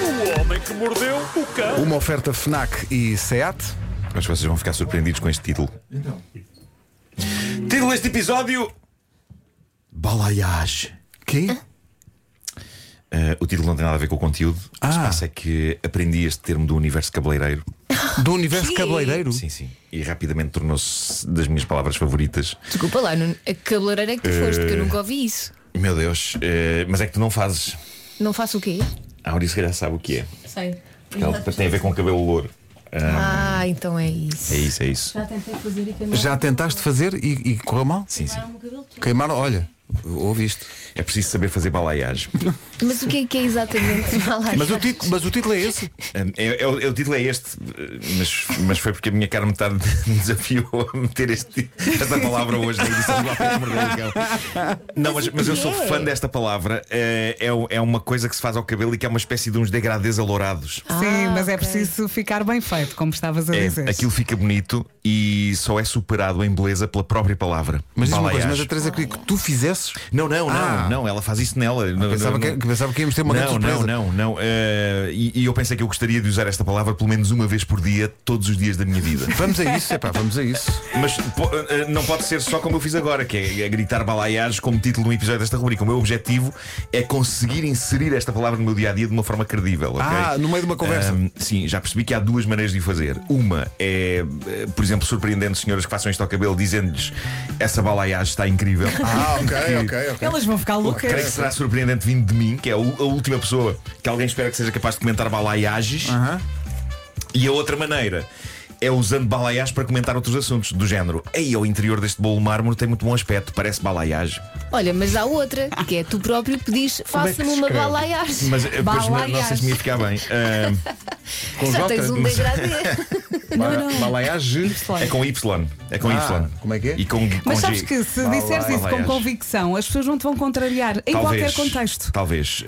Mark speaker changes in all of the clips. Speaker 1: O homem que mordeu o cão.
Speaker 2: Uma oferta FNAC e SEAT.
Speaker 3: Mas vocês vão ficar surpreendidos com este título. Título deste episódio: Balaiage.
Speaker 2: Que?
Speaker 4: Ah,
Speaker 3: Eh, o título não tem nada a ver com o conteúdo. O que se
Speaker 2: Ah.
Speaker 3: passa é que aprendi este termo do universo cabeleireiro.
Speaker 2: Do universo cabeleireiro.
Speaker 3: Sim, sim. E rapidamente tornou-se das minhas palavras favoritas.
Speaker 4: Desculpa lá, Nuno, a cabeleireira é que tu foste, que eu nunca ouvi isso.
Speaker 3: Meu Deus, eh, mas é que tu não fazes.
Speaker 4: Não faço o quê?
Speaker 3: A Auris se calhar sabe o que é.
Speaker 4: Sei.
Speaker 3: Porque ela tem a ver com cabelo louro.
Speaker 4: Ah, então é isso.
Speaker 3: É isso, é isso.
Speaker 5: Já tentei fazer e queimar.
Speaker 2: Já tentaste fazer e, e correu mal?
Speaker 3: Sim, sim.
Speaker 5: um cabelo todo.
Speaker 2: Queimaram, olha, ouviste.
Speaker 3: É preciso saber fazer balaiage.
Speaker 4: Mas o que é que é exatamente? Vá lá.
Speaker 2: Mas o, título, mas o título é esse.
Speaker 3: Um, é- é o é o título é este, eh, mas, mas foi porque a minha cara metade me desafiou a meter este- esta palavra hoje na edição do Homem que Mordeu o Cão. Não, mas, mas eu sou
Speaker 4: o que é?
Speaker 3: fã desta palavra. Eh, É, o- é uma coisa que se faz ao cabelo e que é uma espécie de uns degradês alourados.
Speaker 6: Sim, mas é
Speaker 4: ok.
Speaker 6: preciso ficar bem feito, como estavas a
Speaker 3: Ah, É,
Speaker 6: dizer.
Speaker 3: aquilo fica bonito e só é superado em beleza pela própria palavra.
Speaker 2: Mas diz uma
Speaker 3: Balaiage.
Speaker 2: coisa, mas a Teresa queria que tu fizesses.
Speaker 3: Não, não, não,
Speaker 2: Ah.
Speaker 3: não, ela faz isso nela. Não,
Speaker 2: Pensava
Speaker 3: não,
Speaker 2: que,
Speaker 3: não.
Speaker 2: que pensava que íamos ter uma grande
Speaker 3: não, não,
Speaker 2: surpresa.
Speaker 3: não, não. Eh, e, e eu pensei que eu gostaria de usar esta palavra pelo menos uma vez por dia, todos os dias da minha vida.
Speaker 2: Vamos a isso, epá, vamos a isso.
Speaker 3: Mas po- eh, não pode ser só como eu fiz agora, que é gritar balaiares como título de um episódio desta rubrica. O meu objetivo é conseguir inserir esta palavra no meu dia a dia de uma forma credível. ok?
Speaker 2: Ah, no meio de uma conversa.
Speaker 3: Ahm, sim, já percebi que há duas maneiras de o fazer. Uma é, eh, por exemplo, surpreendendo senhoras que façam isto ao cabelo, dizendo-lhes essa balaiagem está incrível.
Speaker 2: Ah, ok,
Speaker 3: Que-
Speaker 2: ok, ok.
Speaker 6: Elas vão ficar loucas.
Speaker 3: Creio que será surpreendente vindo de mim, que é a u- a última pessoa que alguém espera que seja capaz de comentar balaiages.
Speaker 2: Aham.
Speaker 3: E a outra maneira é usando balaiás para comentar outros assuntos, do género. Ei, o interior deste bolo mármore tem muito bom aspecto, parece balaiás.
Speaker 4: Olha, mas há outra, que é tu próprio que pedis, faça-me uma balaiagem.
Speaker 3: Mas eh, pois, não, não sei se me ia ficar bem. Ah,
Speaker 2: Com
Speaker 4: Já
Speaker 2: J,
Speaker 4: tens um
Speaker 2: mas-
Speaker 4: degradê.
Speaker 2: Bala- Balaiage.
Speaker 3: é com Y. É com
Speaker 2: Ah,
Speaker 3: Y.
Speaker 2: como é que é?
Speaker 3: E com, com
Speaker 6: Mas sabes
Speaker 3: G.
Speaker 6: que se disseres isso com
Speaker 3: Balaias.
Speaker 6: convicção, as pessoas não te vão contrariar em
Speaker 3: Talvez,
Speaker 6: qualquer contexto.
Speaker 3: Talvez.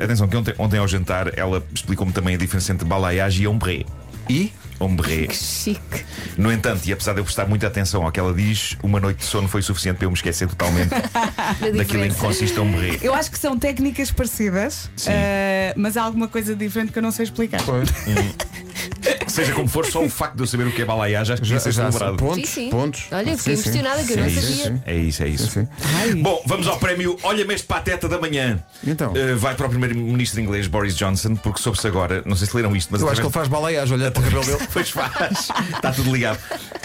Speaker 3: Ah, atenção, que ontem, ontem ao jantar ela explicou-me também a diferença entre balaiage e ombre.
Speaker 2: E?
Speaker 3: Ombre.
Speaker 4: Que chique.
Speaker 3: No entanto, e apesar de eu prestar muita atenção ao que ela diz, uma noite de sono foi suficiente para eu me esquecer totalmente
Speaker 4: Da
Speaker 3: daquilo em que
Speaker 4: diferença.
Speaker 3: consiste um ombre.
Speaker 6: Eu acho que são técnicas parecidas, eh, mas há alguma coisa diferente que eu não sei explicar.
Speaker 3: Seja como for, só o facto de eu saber o que é balaiagem acho que
Speaker 2: Já,
Speaker 3: devia ser
Speaker 2: já,
Speaker 3: celebrado.
Speaker 2: pontos,
Speaker 4: Sim, sim.
Speaker 2: pontos.
Speaker 4: Olha, eu fiquei
Speaker 2: Sim, sim.
Speaker 4: impressionada que eu
Speaker 3: É
Speaker 4: não
Speaker 2: Sim,
Speaker 3: isso,
Speaker 4: sabia.
Speaker 2: sim.
Speaker 3: é isso, é isso.
Speaker 2: Sim, sim.
Speaker 3: Bom, vamos ao prémio Olha-me este pateta da manhã.
Speaker 2: Então?
Speaker 3: Eh, vai para o primeiro-ministro inglês Boris Johnson, porque soube-se agora, não sei se leram isto, mas
Speaker 2: Eu acho que ele
Speaker 3: através-
Speaker 2: faz balaiage, olha para o cabelo dele.
Speaker 3: Pois faz, está tudo ligado.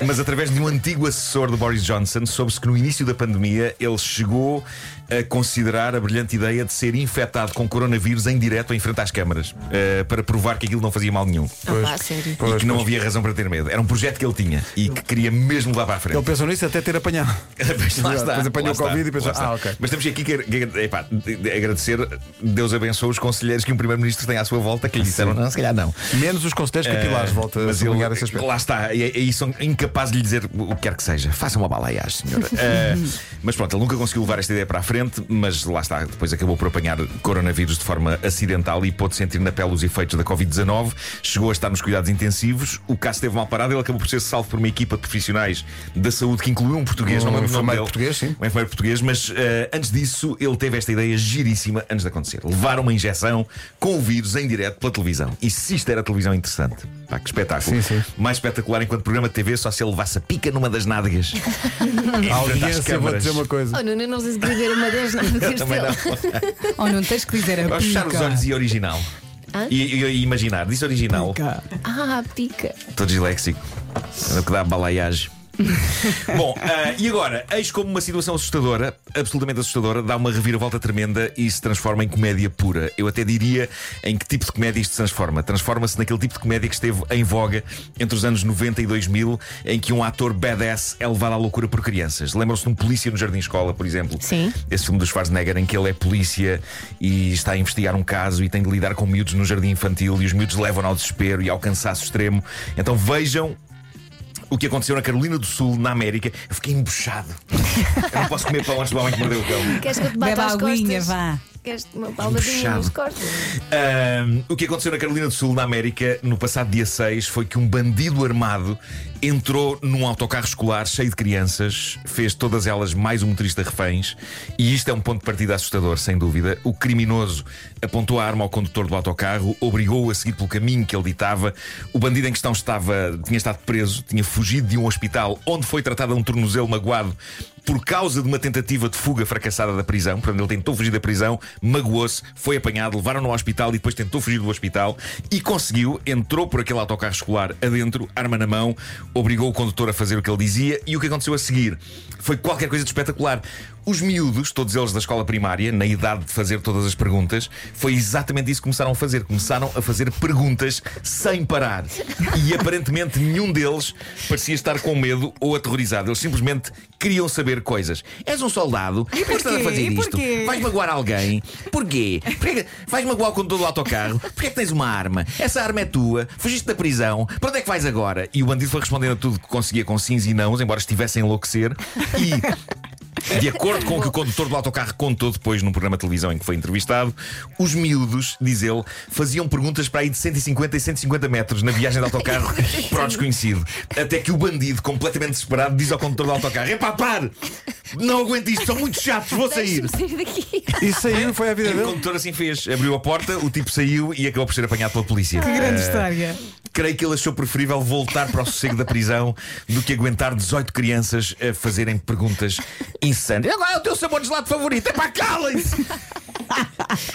Speaker 3: Mas através de um antigo assessor do Boris Johnson, soube-se que no início da pandemia ele chegou a considerar a brilhante ideia de ser infectado com coronavírus em direto em frente às câmaras, eh, para provar que aquilo não fazia mal nenhum.
Speaker 4: Ah, pá, sério.
Speaker 3: e que não havia razão para ter medo. Era um projeto que ele tinha e que queria mesmo levar para a frente.
Speaker 2: Ele pensou nisso até ter apanhado.
Speaker 3: Pois lá está,
Speaker 2: Depois apanhou
Speaker 3: lá
Speaker 2: o Covid
Speaker 3: está,
Speaker 2: e pensou,
Speaker 3: lá está.
Speaker 2: ah, ok.
Speaker 3: Mas temos aqui que que- epá, de- de- agradecer, Deus abençoe os conselheiros que um Primeiro-Ministro tem à sua volta que lhe disseram, não, se calhar não.
Speaker 2: Menos os conselheiros capilares,
Speaker 3: Eh,
Speaker 2: volta a
Speaker 3: mas ele-
Speaker 2: sublinhar esse aspecto.
Speaker 3: Lá está, e, e são incapazes de lhe dizer o que quer que seja. Faça uma balaiagem, senhora. Eh, mas pronto, ele nunca conseguiu levar esta ideia para a frente, mas lá está, depois acabou por apanhar coronavírus de forma acidental e pôde sentir na pele os efeitos da Covid-19. Chegou a estar nos cuidados intensivos, o caso esteve mal parado, ele acabou por ser salvo por uma equipa de profissionais da saúde que incluiu um português,
Speaker 2: Um
Speaker 3: não me lembro o nome
Speaker 2: enfermeiro
Speaker 3: dele.
Speaker 2: português, sim.
Speaker 3: Um enfermeiro português, mas eh, antes disso ele teve esta ideia giríssima antes de acontecer. Levar uma injeção com o vírus em direto pela televisão. E se isto era televisão interessante, pá, que espetáculo.
Speaker 2: Sim, sim.
Speaker 3: Mais espetacular enquanto programa de TV só se ele levasse a pica numa das nádegas. Em frente
Speaker 2: A
Speaker 3: às
Speaker 2: audiência, vou
Speaker 3: câmaras.
Speaker 2: dizer uma coisa.
Speaker 4: Oh, Nuno, eu não sei se escrever uma das
Speaker 3: Eu
Speaker 4: nádegas
Speaker 3: também
Speaker 4: dela.
Speaker 3: não.
Speaker 6: Ou não Oh, tens que dizer a
Speaker 3: Vou fechar os olhos
Speaker 6: pica.
Speaker 3: e original.
Speaker 4: Hã?
Speaker 3: E, e- e imaginar, diz original.
Speaker 6: Pica.
Speaker 4: Ah, pica.
Speaker 3: Estou disléxico. É o que dá balaiagem. Bom, ah, e agora? Eis como uma situação assustadora, absolutamente assustadora, dá uma reviravolta tremenda e se transforma em comédia pura. Eu até diria em que tipo de comédia isto se transforma. Transforma-se naquele tipo de comédia que esteve em voga entre os anos 90 e 2000, em que um ator badass é levado à loucura por crianças. Lembram-se de um polícia no Jardim Escola, por exemplo?
Speaker 4: Sim.
Speaker 3: Esse filme do Schwarzenegger em que ele é polícia e está a investigar um caso e tem de lidar com miúdos no jardim infantil e os miúdos levam-no ao desespero e ao cansaço extremo. Então vejam o que aconteceu na Carolina do Sul, na América. Eu fiquei embuchado. Eu não posso comer pão antes do homem que mordeu o cão.
Speaker 4: Queres que eu te
Speaker 6: Bebe
Speaker 4: bata
Speaker 6: a
Speaker 4: às
Speaker 6: aguinha,
Speaker 4: costas?
Speaker 6: vá.
Speaker 4: queres uma palmadinha
Speaker 3: Puxado.
Speaker 4: nos cortes?
Speaker 3: Ahm, o que aconteceu na Carolina do Sul, na América, no passado dia 6, foi que um bandido armado entrou num autocarro escolar cheio de crianças, fez todas elas mais um motorista reféns, e isto é um ponto de partida assustador, sem dúvida. O criminoso apontou a arma ao condutor do autocarro, obrigou-o a seguir pelo caminho que ele ditava. O bandido em questão estava, tinha estado preso, tinha fugido de um hospital onde foi tratado a um tornozelo magoado por causa de uma tentativa de fuga fracassada da prisão. Portanto, ele tentou fugir da prisão, Então, magoou-se, foi apanhado, levaram-no ao hospital e depois tentou fugir do hospital e conseguiu. Entrou por aquele autocarro escolar adentro, arma na mão, obrigou o condutor a fazer o que ele dizia e o que aconteceu a seguir foi qualquer coisa de espetacular. Os miúdos, todos eles da escola primária, na idade de fazer todas as perguntas, foi exatamente isso que começaram a fazer. Começaram a fazer perguntas sem parar. E aparentemente nenhum deles parecia estar com medo ou aterrorizado. Eles simplesmente queriam saber coisas. És um soldado? E porquê? Estás a
Speaker 6: porquê?
Speaker 3: fazer
Speaker 6: E
Speaker 3: isto?
Speaker 6: porquê?
Speaker 3: Vais magoar alguém? Porquê? Porquê que- Vais magoar o condutor do autocarro? Porquê é que tens uma arma? Essa arma é tua? Fugiste da prisão? Para onde é que vais agora? E o bandido foi respondendo a tudo que conseguia com sims e nãos, embora estivesse a enlouquecer. E de acordo com o que o condutor do autocarro contou depois num programa de televisão em que foi entrevistado, os miúdos, diz ele, faziam perguntas para aí de 150 e 150 metros na viagem de autocarro para o desconhecido. Até que o bandido, completamente desesperado, diz ao condutor do autocarro: Epá, par! Não aguento isto, são muito chatos, vou sair.
Speaker 4: Deixa-me sair daqui.
Speaker 2: Isso aí foi a
Speaker 4: É
Speaker 2: vida
Speaker 3: E o
Speaker 2: dele.
Speaker 3: condutor assim fez, abriu a porta, o tipo saiu e acabou por ser apanhado pela polícia.
Speaker 6: Que grande
Speaker 3: Eh,
Speaker 6: história.
Speaker 3: Creio que ele achou preferível voltar para o sossego da prisão do que aguentar 18 crianças a fazerem perguntas insanas. Agora é o teu sabor de gelado favorito, é para calem-se!
Speaker 2: É,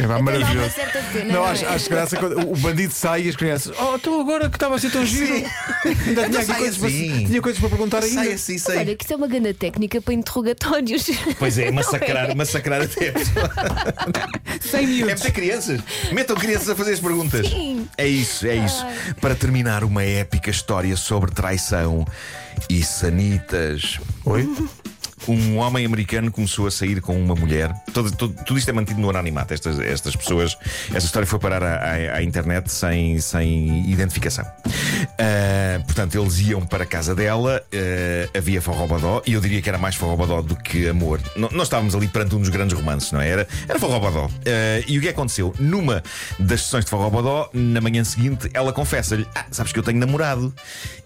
Speaker 2: pá,
Speaker 4: Dá uma
Speaker 2: maravilhoso.
Speaker 4: certa pena.
Speaker 2: Não,
Speaker 4: não
Speaker 2: acho,
Speaker 4: é?
Speaker 2: acho graça quando o bandido sai e as crianças. Oh, então agora que estava a ser tão giro. Ainda tinha,
Speaker 3: Então
Speaker 2: aqui
Speaker 3: sai
Speaker 2: coisas para,
Speaker 3: assim.
Speaker 2: tinha coisas para perguntar ainda.
Speaker 3: Sai assim,
Speaker 4: Mas Olha,
Speaker 3: sai.
Speaker 4: que isso é uma grande técnica para interrogatórios.
Speaker 3: Pois é,
Speaker 4: Não
Speaker 3: massacrar, massacrar até. a pessoa.
Speaker 6: Sem
Speaker 3: É
Speaker 6: miúdos.
Speaker 3: para crianças. Metam crianças a fazer as perguntas.
Speaker 4: Sim.
Speaker 3: É isso, é isso. Para terminar, uma épica história sobre traição e sanitas.
Speaker 2: Oi?
Speaker 3: Um homem americano começou a sair com uma mulher. Todo- todo- tudo isto é mantido no anonimato. Estas, estas pessoas. Esta história foi parar à, à- à internet sem, sem identificação. Ah, portanto, eles iam para a casa dela. ah, havia forrobadó. E eu diria que era mais forrobadó do que amor. No- nós estávamos ali perante um dos grandes romances, não é? Era, era forrobadó. Ah, e o que aconteceu? Numa das sessões de forrobadó, na manhã seguinte, ela confessa-lhe: Ah, sabes que eu tenho namorado.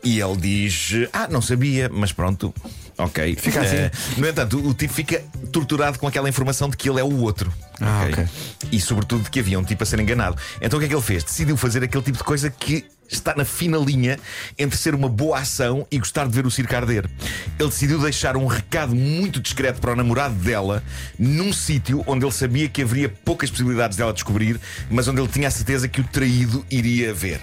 Speaker 3: E ele diz: Ah, não sabia, mas pronto. Ok. Fica
Speaker 2: assim.
Speaker 3: no entanto, o tipo fica torturado com aquela informação de que ele é o outro.
Speaker 2: Ah,
Speaker 3: Ok?
Speaker 2: ok.
Speaker 3: E sobretudo de que havia um tipo a ser enganado. Então o que é que ele fez? Decidiu fazer aquele tipo de coisa que está na fina linha entre ser uma boa ação e gostar de ver o circo arder. Ele decidiu deixar um recado muito discreto para o namorado dela num sítio onde ele sabia que haveria poucas possibilidades dela descobrir, mas onde ele tinha a certeza que o traído iria ver.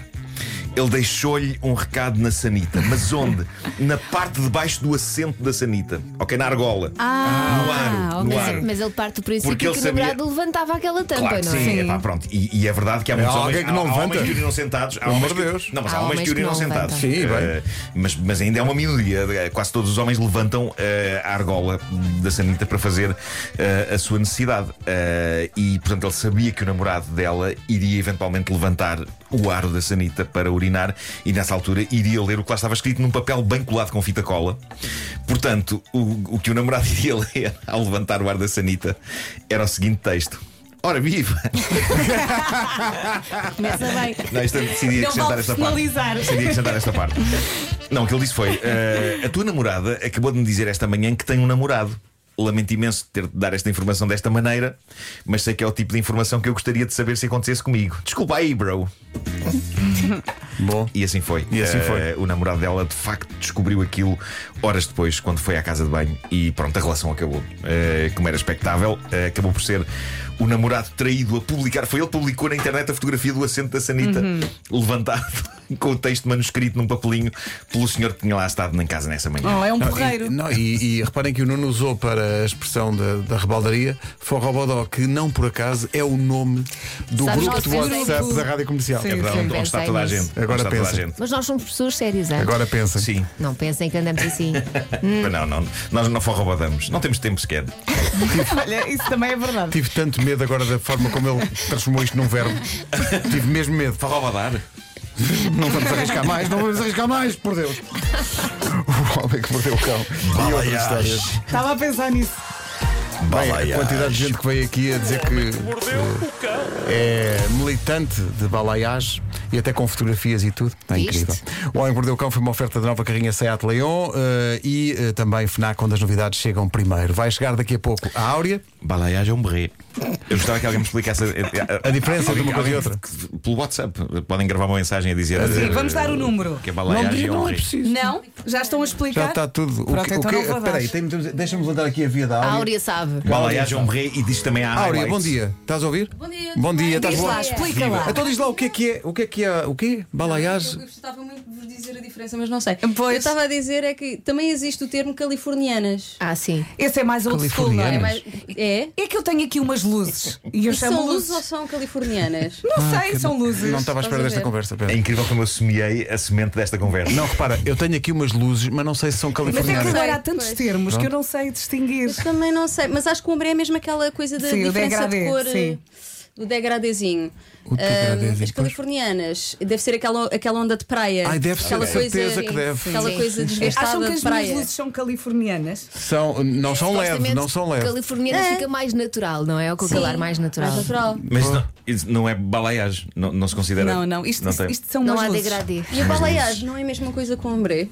Speaker 3: Ele deixou-lhe um recado na sanita, mas onde? na parte de baixo do assento da sanita, ok? Na argola.
Speaker 4: Ah,
Speaker 3: Ah, no aro,
Speaker 6: ok.
Speaker 3: no
Speaker 4: Mas,
Speaker 3: aro.
Speaker 4: mas ele parte do princípio
Speaker 3: Porque
Speaker 4: que
Speaker 3: ele
Speaker 4: o namorado
Speaker 3: sabia-
Speaker 4: levantava aquela tampa,
Speaker 3: Claro que
Speaker 4: não é?
Speaker 3: sim, é pá, pronto. E, e é verdade que há muitos
Speaker 2: Há
Speaker 3: homens,
Speaker 2: alguém que não
Speaker 3: há- há homens
Speaker 2: levanta.
Speaker 3: que urinam sentados. Há
Speaker 2: amor
Speaker 3: homens
Speaker 2: de
Speaker 3: que-
Speaker 2: Deus.
Speaker 3: Não, mas há,
Speaker 4: Há
Speaker 3: homens
Speaker 4: homens
Speaker 3: que
Speaker 4: que
Speaker 3: urinam
Speaker 4: não
Speaker 3: sentados.
Speaker 4: levantam.
Speaker 2: Sim, bem.
Speaker 3: Eh, mas, mas ainda é uma minoria. Eh, Quase todos os homens levantam eh, a argola da sanita para fazer eh, a sua necessidade. Eh, e, portanto, ele sabia que o namorado dela iria eventualmente levantar o aro da sanita para urinar e, nessa altura, iria ler o que lá estava escrito num papel bem colado com fita cola. Portanto, o, o que o namorado iria ler ao levantar o ar da sanita era o seguinte texto. Ora viva!
Speaker 6: Começa bem.
Speaker 3: Não, isto, é decidi
Speaker 6: Não
Speaker 3: acrescentar
Speaker 6: vale
Speaker 3: esta parte.
Speaker 6: personalizar.
Speaker 3: Decidi acrescentar esta parte. Não, o que ele disse foi: eh, A tua namorada acabou de me dizer esta manhã que tem um namorado. Lamento imenso ter de dar esta informação desta maneira, mas sei que é o tipo de informação que eu gostaria de saber se acontecesse comigo. Desculpa aí, bro.
Speaker 2: Bom.
Speaker 3: E assim foi.
Speaker 2: E assim foi.
Speaker 3: Eh, o namorado dela de facto descobriu aquilo horas depois, quando foi à casa de banho, e pronto, a relação acabou. Eh, como era expectável, eh, acabou por ser o namorado traído a publicar. Foi ele que publicou na internet a fotografia do assento da Sanita,
Speaker 4: Uhum.
Speaker 3: levantado com o texto manuscrito num papelinho pelo senhor que tinha lá estado na casa nessa manhã.
Speaker 6: Oh, é um
Speaker 2: Não,
Speaker 6: porreiro.
Speaker 2: E, não, e- e reparem que o Nuno usou para a expressão da, da rebaldaria Forrobodó, que não por acaso é o nome do
Speaker 4: Sabes
Speaker 2: grupo
Speaker 4: nós
Speaker 2: de
Speaker 4: temos
Speaker 2: WhatsApp
Speaker 6: um-
Speaker 2: da Rádio Comercial.
Speaker 6: Sim,
Speaker 3: é verdade,
Speaker 6: sim.
Speaker 3: onde está toda a
Speaker 4: Oh, Pensei
Speaker 3: gente.
Speaker 4: nisso.
Speaker 3: onde
Speaker 2: Agora
Speaker 3: está toda a
Speaker 2: pensa.
Speaker 3: gente.
Speaker 4: Mas nós somos pessoas sérias, hein?
Speaker 2: Agora pensa.
Speaker 3: Sim.
Speaker 4: Não pensem que andamos assim.
Speaker 3: Não, não, nós não forrobadamos. Não temos tempo sequer. tipo-
Speaker 6: Olha, isso também é verdade.
Speaker 2: Tive tanto medo agora da forma como ele transformou isto num verbo. Tive mesmo medo.
Speaker 3: Forrobadar?
Speaker 2: Não vamos arriscar mais, não vamos arriscar mais, por Deus. O homem que mordeu o cão. E outras
Speaker 3: Balaiás.
Speaker 2: histórias.
Speaker 6: Estava a pensar nisso.
Speaker 2: Bem, a quantidade de gente que veio aqui a dizer que
Speaker 1: Mordeu o cão.
Speaker 2: é militante de balaiás e até com fotografias e tudo. É
Speaker 4: Viste?
Speaker 2: incrível. O Homem que Mordeu o Cão foi uma oferta da nova carrinha Seat Leon eh, e eh, também FNAC, onde as novidades chegam primeiro. Vai chegar daqui a pouco a Áurea.
Speaker 3: Balaiagem é um berrê. Eu gostava que alguém me explicasse a,
Speaker 2: A diferença
Speaker 3: alguém-
Speaker 2: de uma coisa e
Speaker 3: alguém
Speaker 2: outra.
Speaker 3: que- Pelo WhatsApp. Podem gravar uma mensagem a dizer.
Speaker 6: Sim,
Speaker 3: eh,
Speaker 6: vamos dar o número.
Speaker 3: Que a
Speaker 2: Não,
Speaker 3: balaiagem
Speaker 2: diz,
Speaker 3: é um
Speaker 2: não é
Speaker 3: berrê.
Speaker 2: preciso.
Speaker 6: Não? Já estão a explicar?
Speaker 2: Já está
Speaker 3: tá
Speaker 2: tudo.
Speaker 6: Pronto, então não vou dar.
Speaker 2: Espera aí, tem- temos- deixa-me levantar aqui a via da
Speaker 4: A
Speaker 2: Áurea.
Speaker 4: Áurea sabe.
Speaker 3: Balaiagem é um berrê e diz também a
Speaker 2: Áurea, bom dia. Estás a ouvir? Bom
Speaker 5: dia.
Speaker 2: Bom dia, estás
Speaker 6: Diz
Speaker 2: boa?
Speaker 6: lá, explica lá.
Speaker 2: Então diz lá o que é que é, o que é que é, o quê? Balaiás?
Speaker 5: Eu gostava muito de vos dizer a diferença, mas não sei.
Speaker 6: Pois.
Speaker 5: Eu estava a dizer é que também existe o termo californianas.
Speaker 4: Ah, sim.
Speaker 6: Esse é mais old school, não é?
Speaker 2: Californianas.
Speaker 6: Mas-
Speaker 5: Mas é?
Speaker 6: É que eu tenho aqui umas luzes. E eu
Speaker 5: E
Speaker 6: chamo
Speaker 5: são luzes ou
Speaker 6: luzes.
Speaker 5: são californianas?
Speaker 6: Não sei, são luzes.
Speaker 2: Ah, Não estava à espera
Speaker 5: Estás a
Speaker 2: desta
Speaker 5: ver?
Speaker 2: conversa,
Speaker 3: É
Speaker 2: Pedro.
Speaker 3: incrível como eu semeei a semente desta conversa.
Speaker 2: Não, repara, eu tenho aqui umas luzes, mas não sei se são
Speaker 6: Mas é que
Speaker 2: californianas.
Speaker 6: agora
Speaker 5: Sei,
Speaker 6: há tantos
Speaker 5: pois.
Speaker 6: termos que eu não sei distinguir.
Speaker 5: Eu também não sei, mas é acho que o ombre é mesmo aquela coisa da
Speaker 6: Sim, o
Speaker 5: diferença
Speaker 6: degradê,
Speaker 5: de cor.
Speaker 6: sim.
Speaker 5: Do degradezinho.
Speaker 2: O degradezinho,
Speaker 5: Ahm, as
Speaker 2: pois.
Speaker 5: californianas. Deve ser aquela, aquela onda de praia.
Speaker 2: Ai, deve ser,
Speaker 5: aquela
Speaker 2: de
Speaker 5: coisa,
Speaker 2: certeza que deve.
Speaker 5: Aquela
Speaker 4: Sim.
Speaker 5: coisa
Speaker 6: Acham
Speaker 5: desgastada
Speaker 6: que as
Speaker 5: de
Speaker 6: minhas
Speaker 5: praia.
Speaker 6: luzes são californianas?
Speaker 2: São, não
Speaker 6: É
Speaker 2: são leve,
Speaker 4: Supostamente,
Speaker 2: não são leve.
Speaker 4: Californiana fica mais natural, não é? Ou com
Speaker 5: Sim. Ah,
Speaker 4: aquele ar mais natural.
Speaker 5: Mais natural.
Speaker 3: Mas não, isso não é balaiagem. Não, não se considera.
Speaker 6: Não, não. Isto,
Speaker 3: tem.
Speaker 6: isto são
Speaker 4: Não
Speaker 6: umas
Speaker 4: há
Speaker 6: luzes.
Speaker 4: degradê.
Speaker 5: E a baleiagem não é a mesma coisa que o ombre?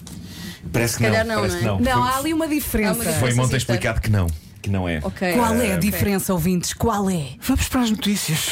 Speaker 3: Parece que
Speaker 5: calhar
Speaker 3: não.
Speaker 5: não,
Speaker 3: parece que
Speaker 5: não
Speaker 3: não.
Speaker 6: Não,
Speaker 3: Foi-
Speaker 6: há ali uma
Speaker 5: Há uma
Speaker 6: diferença.
Speaker 5: diferença.
Speaker 3: Foi
Speaker 5: Sim,
Speaker 3: ontem
Speaker 5: sim,
Speaker 3: explicado que não. Que não é.
Speaker 5: Ok.
Speaker 6: Qual é a diferença, ouvintes? Qual é?
Speaker 2: Vamos para as notícias.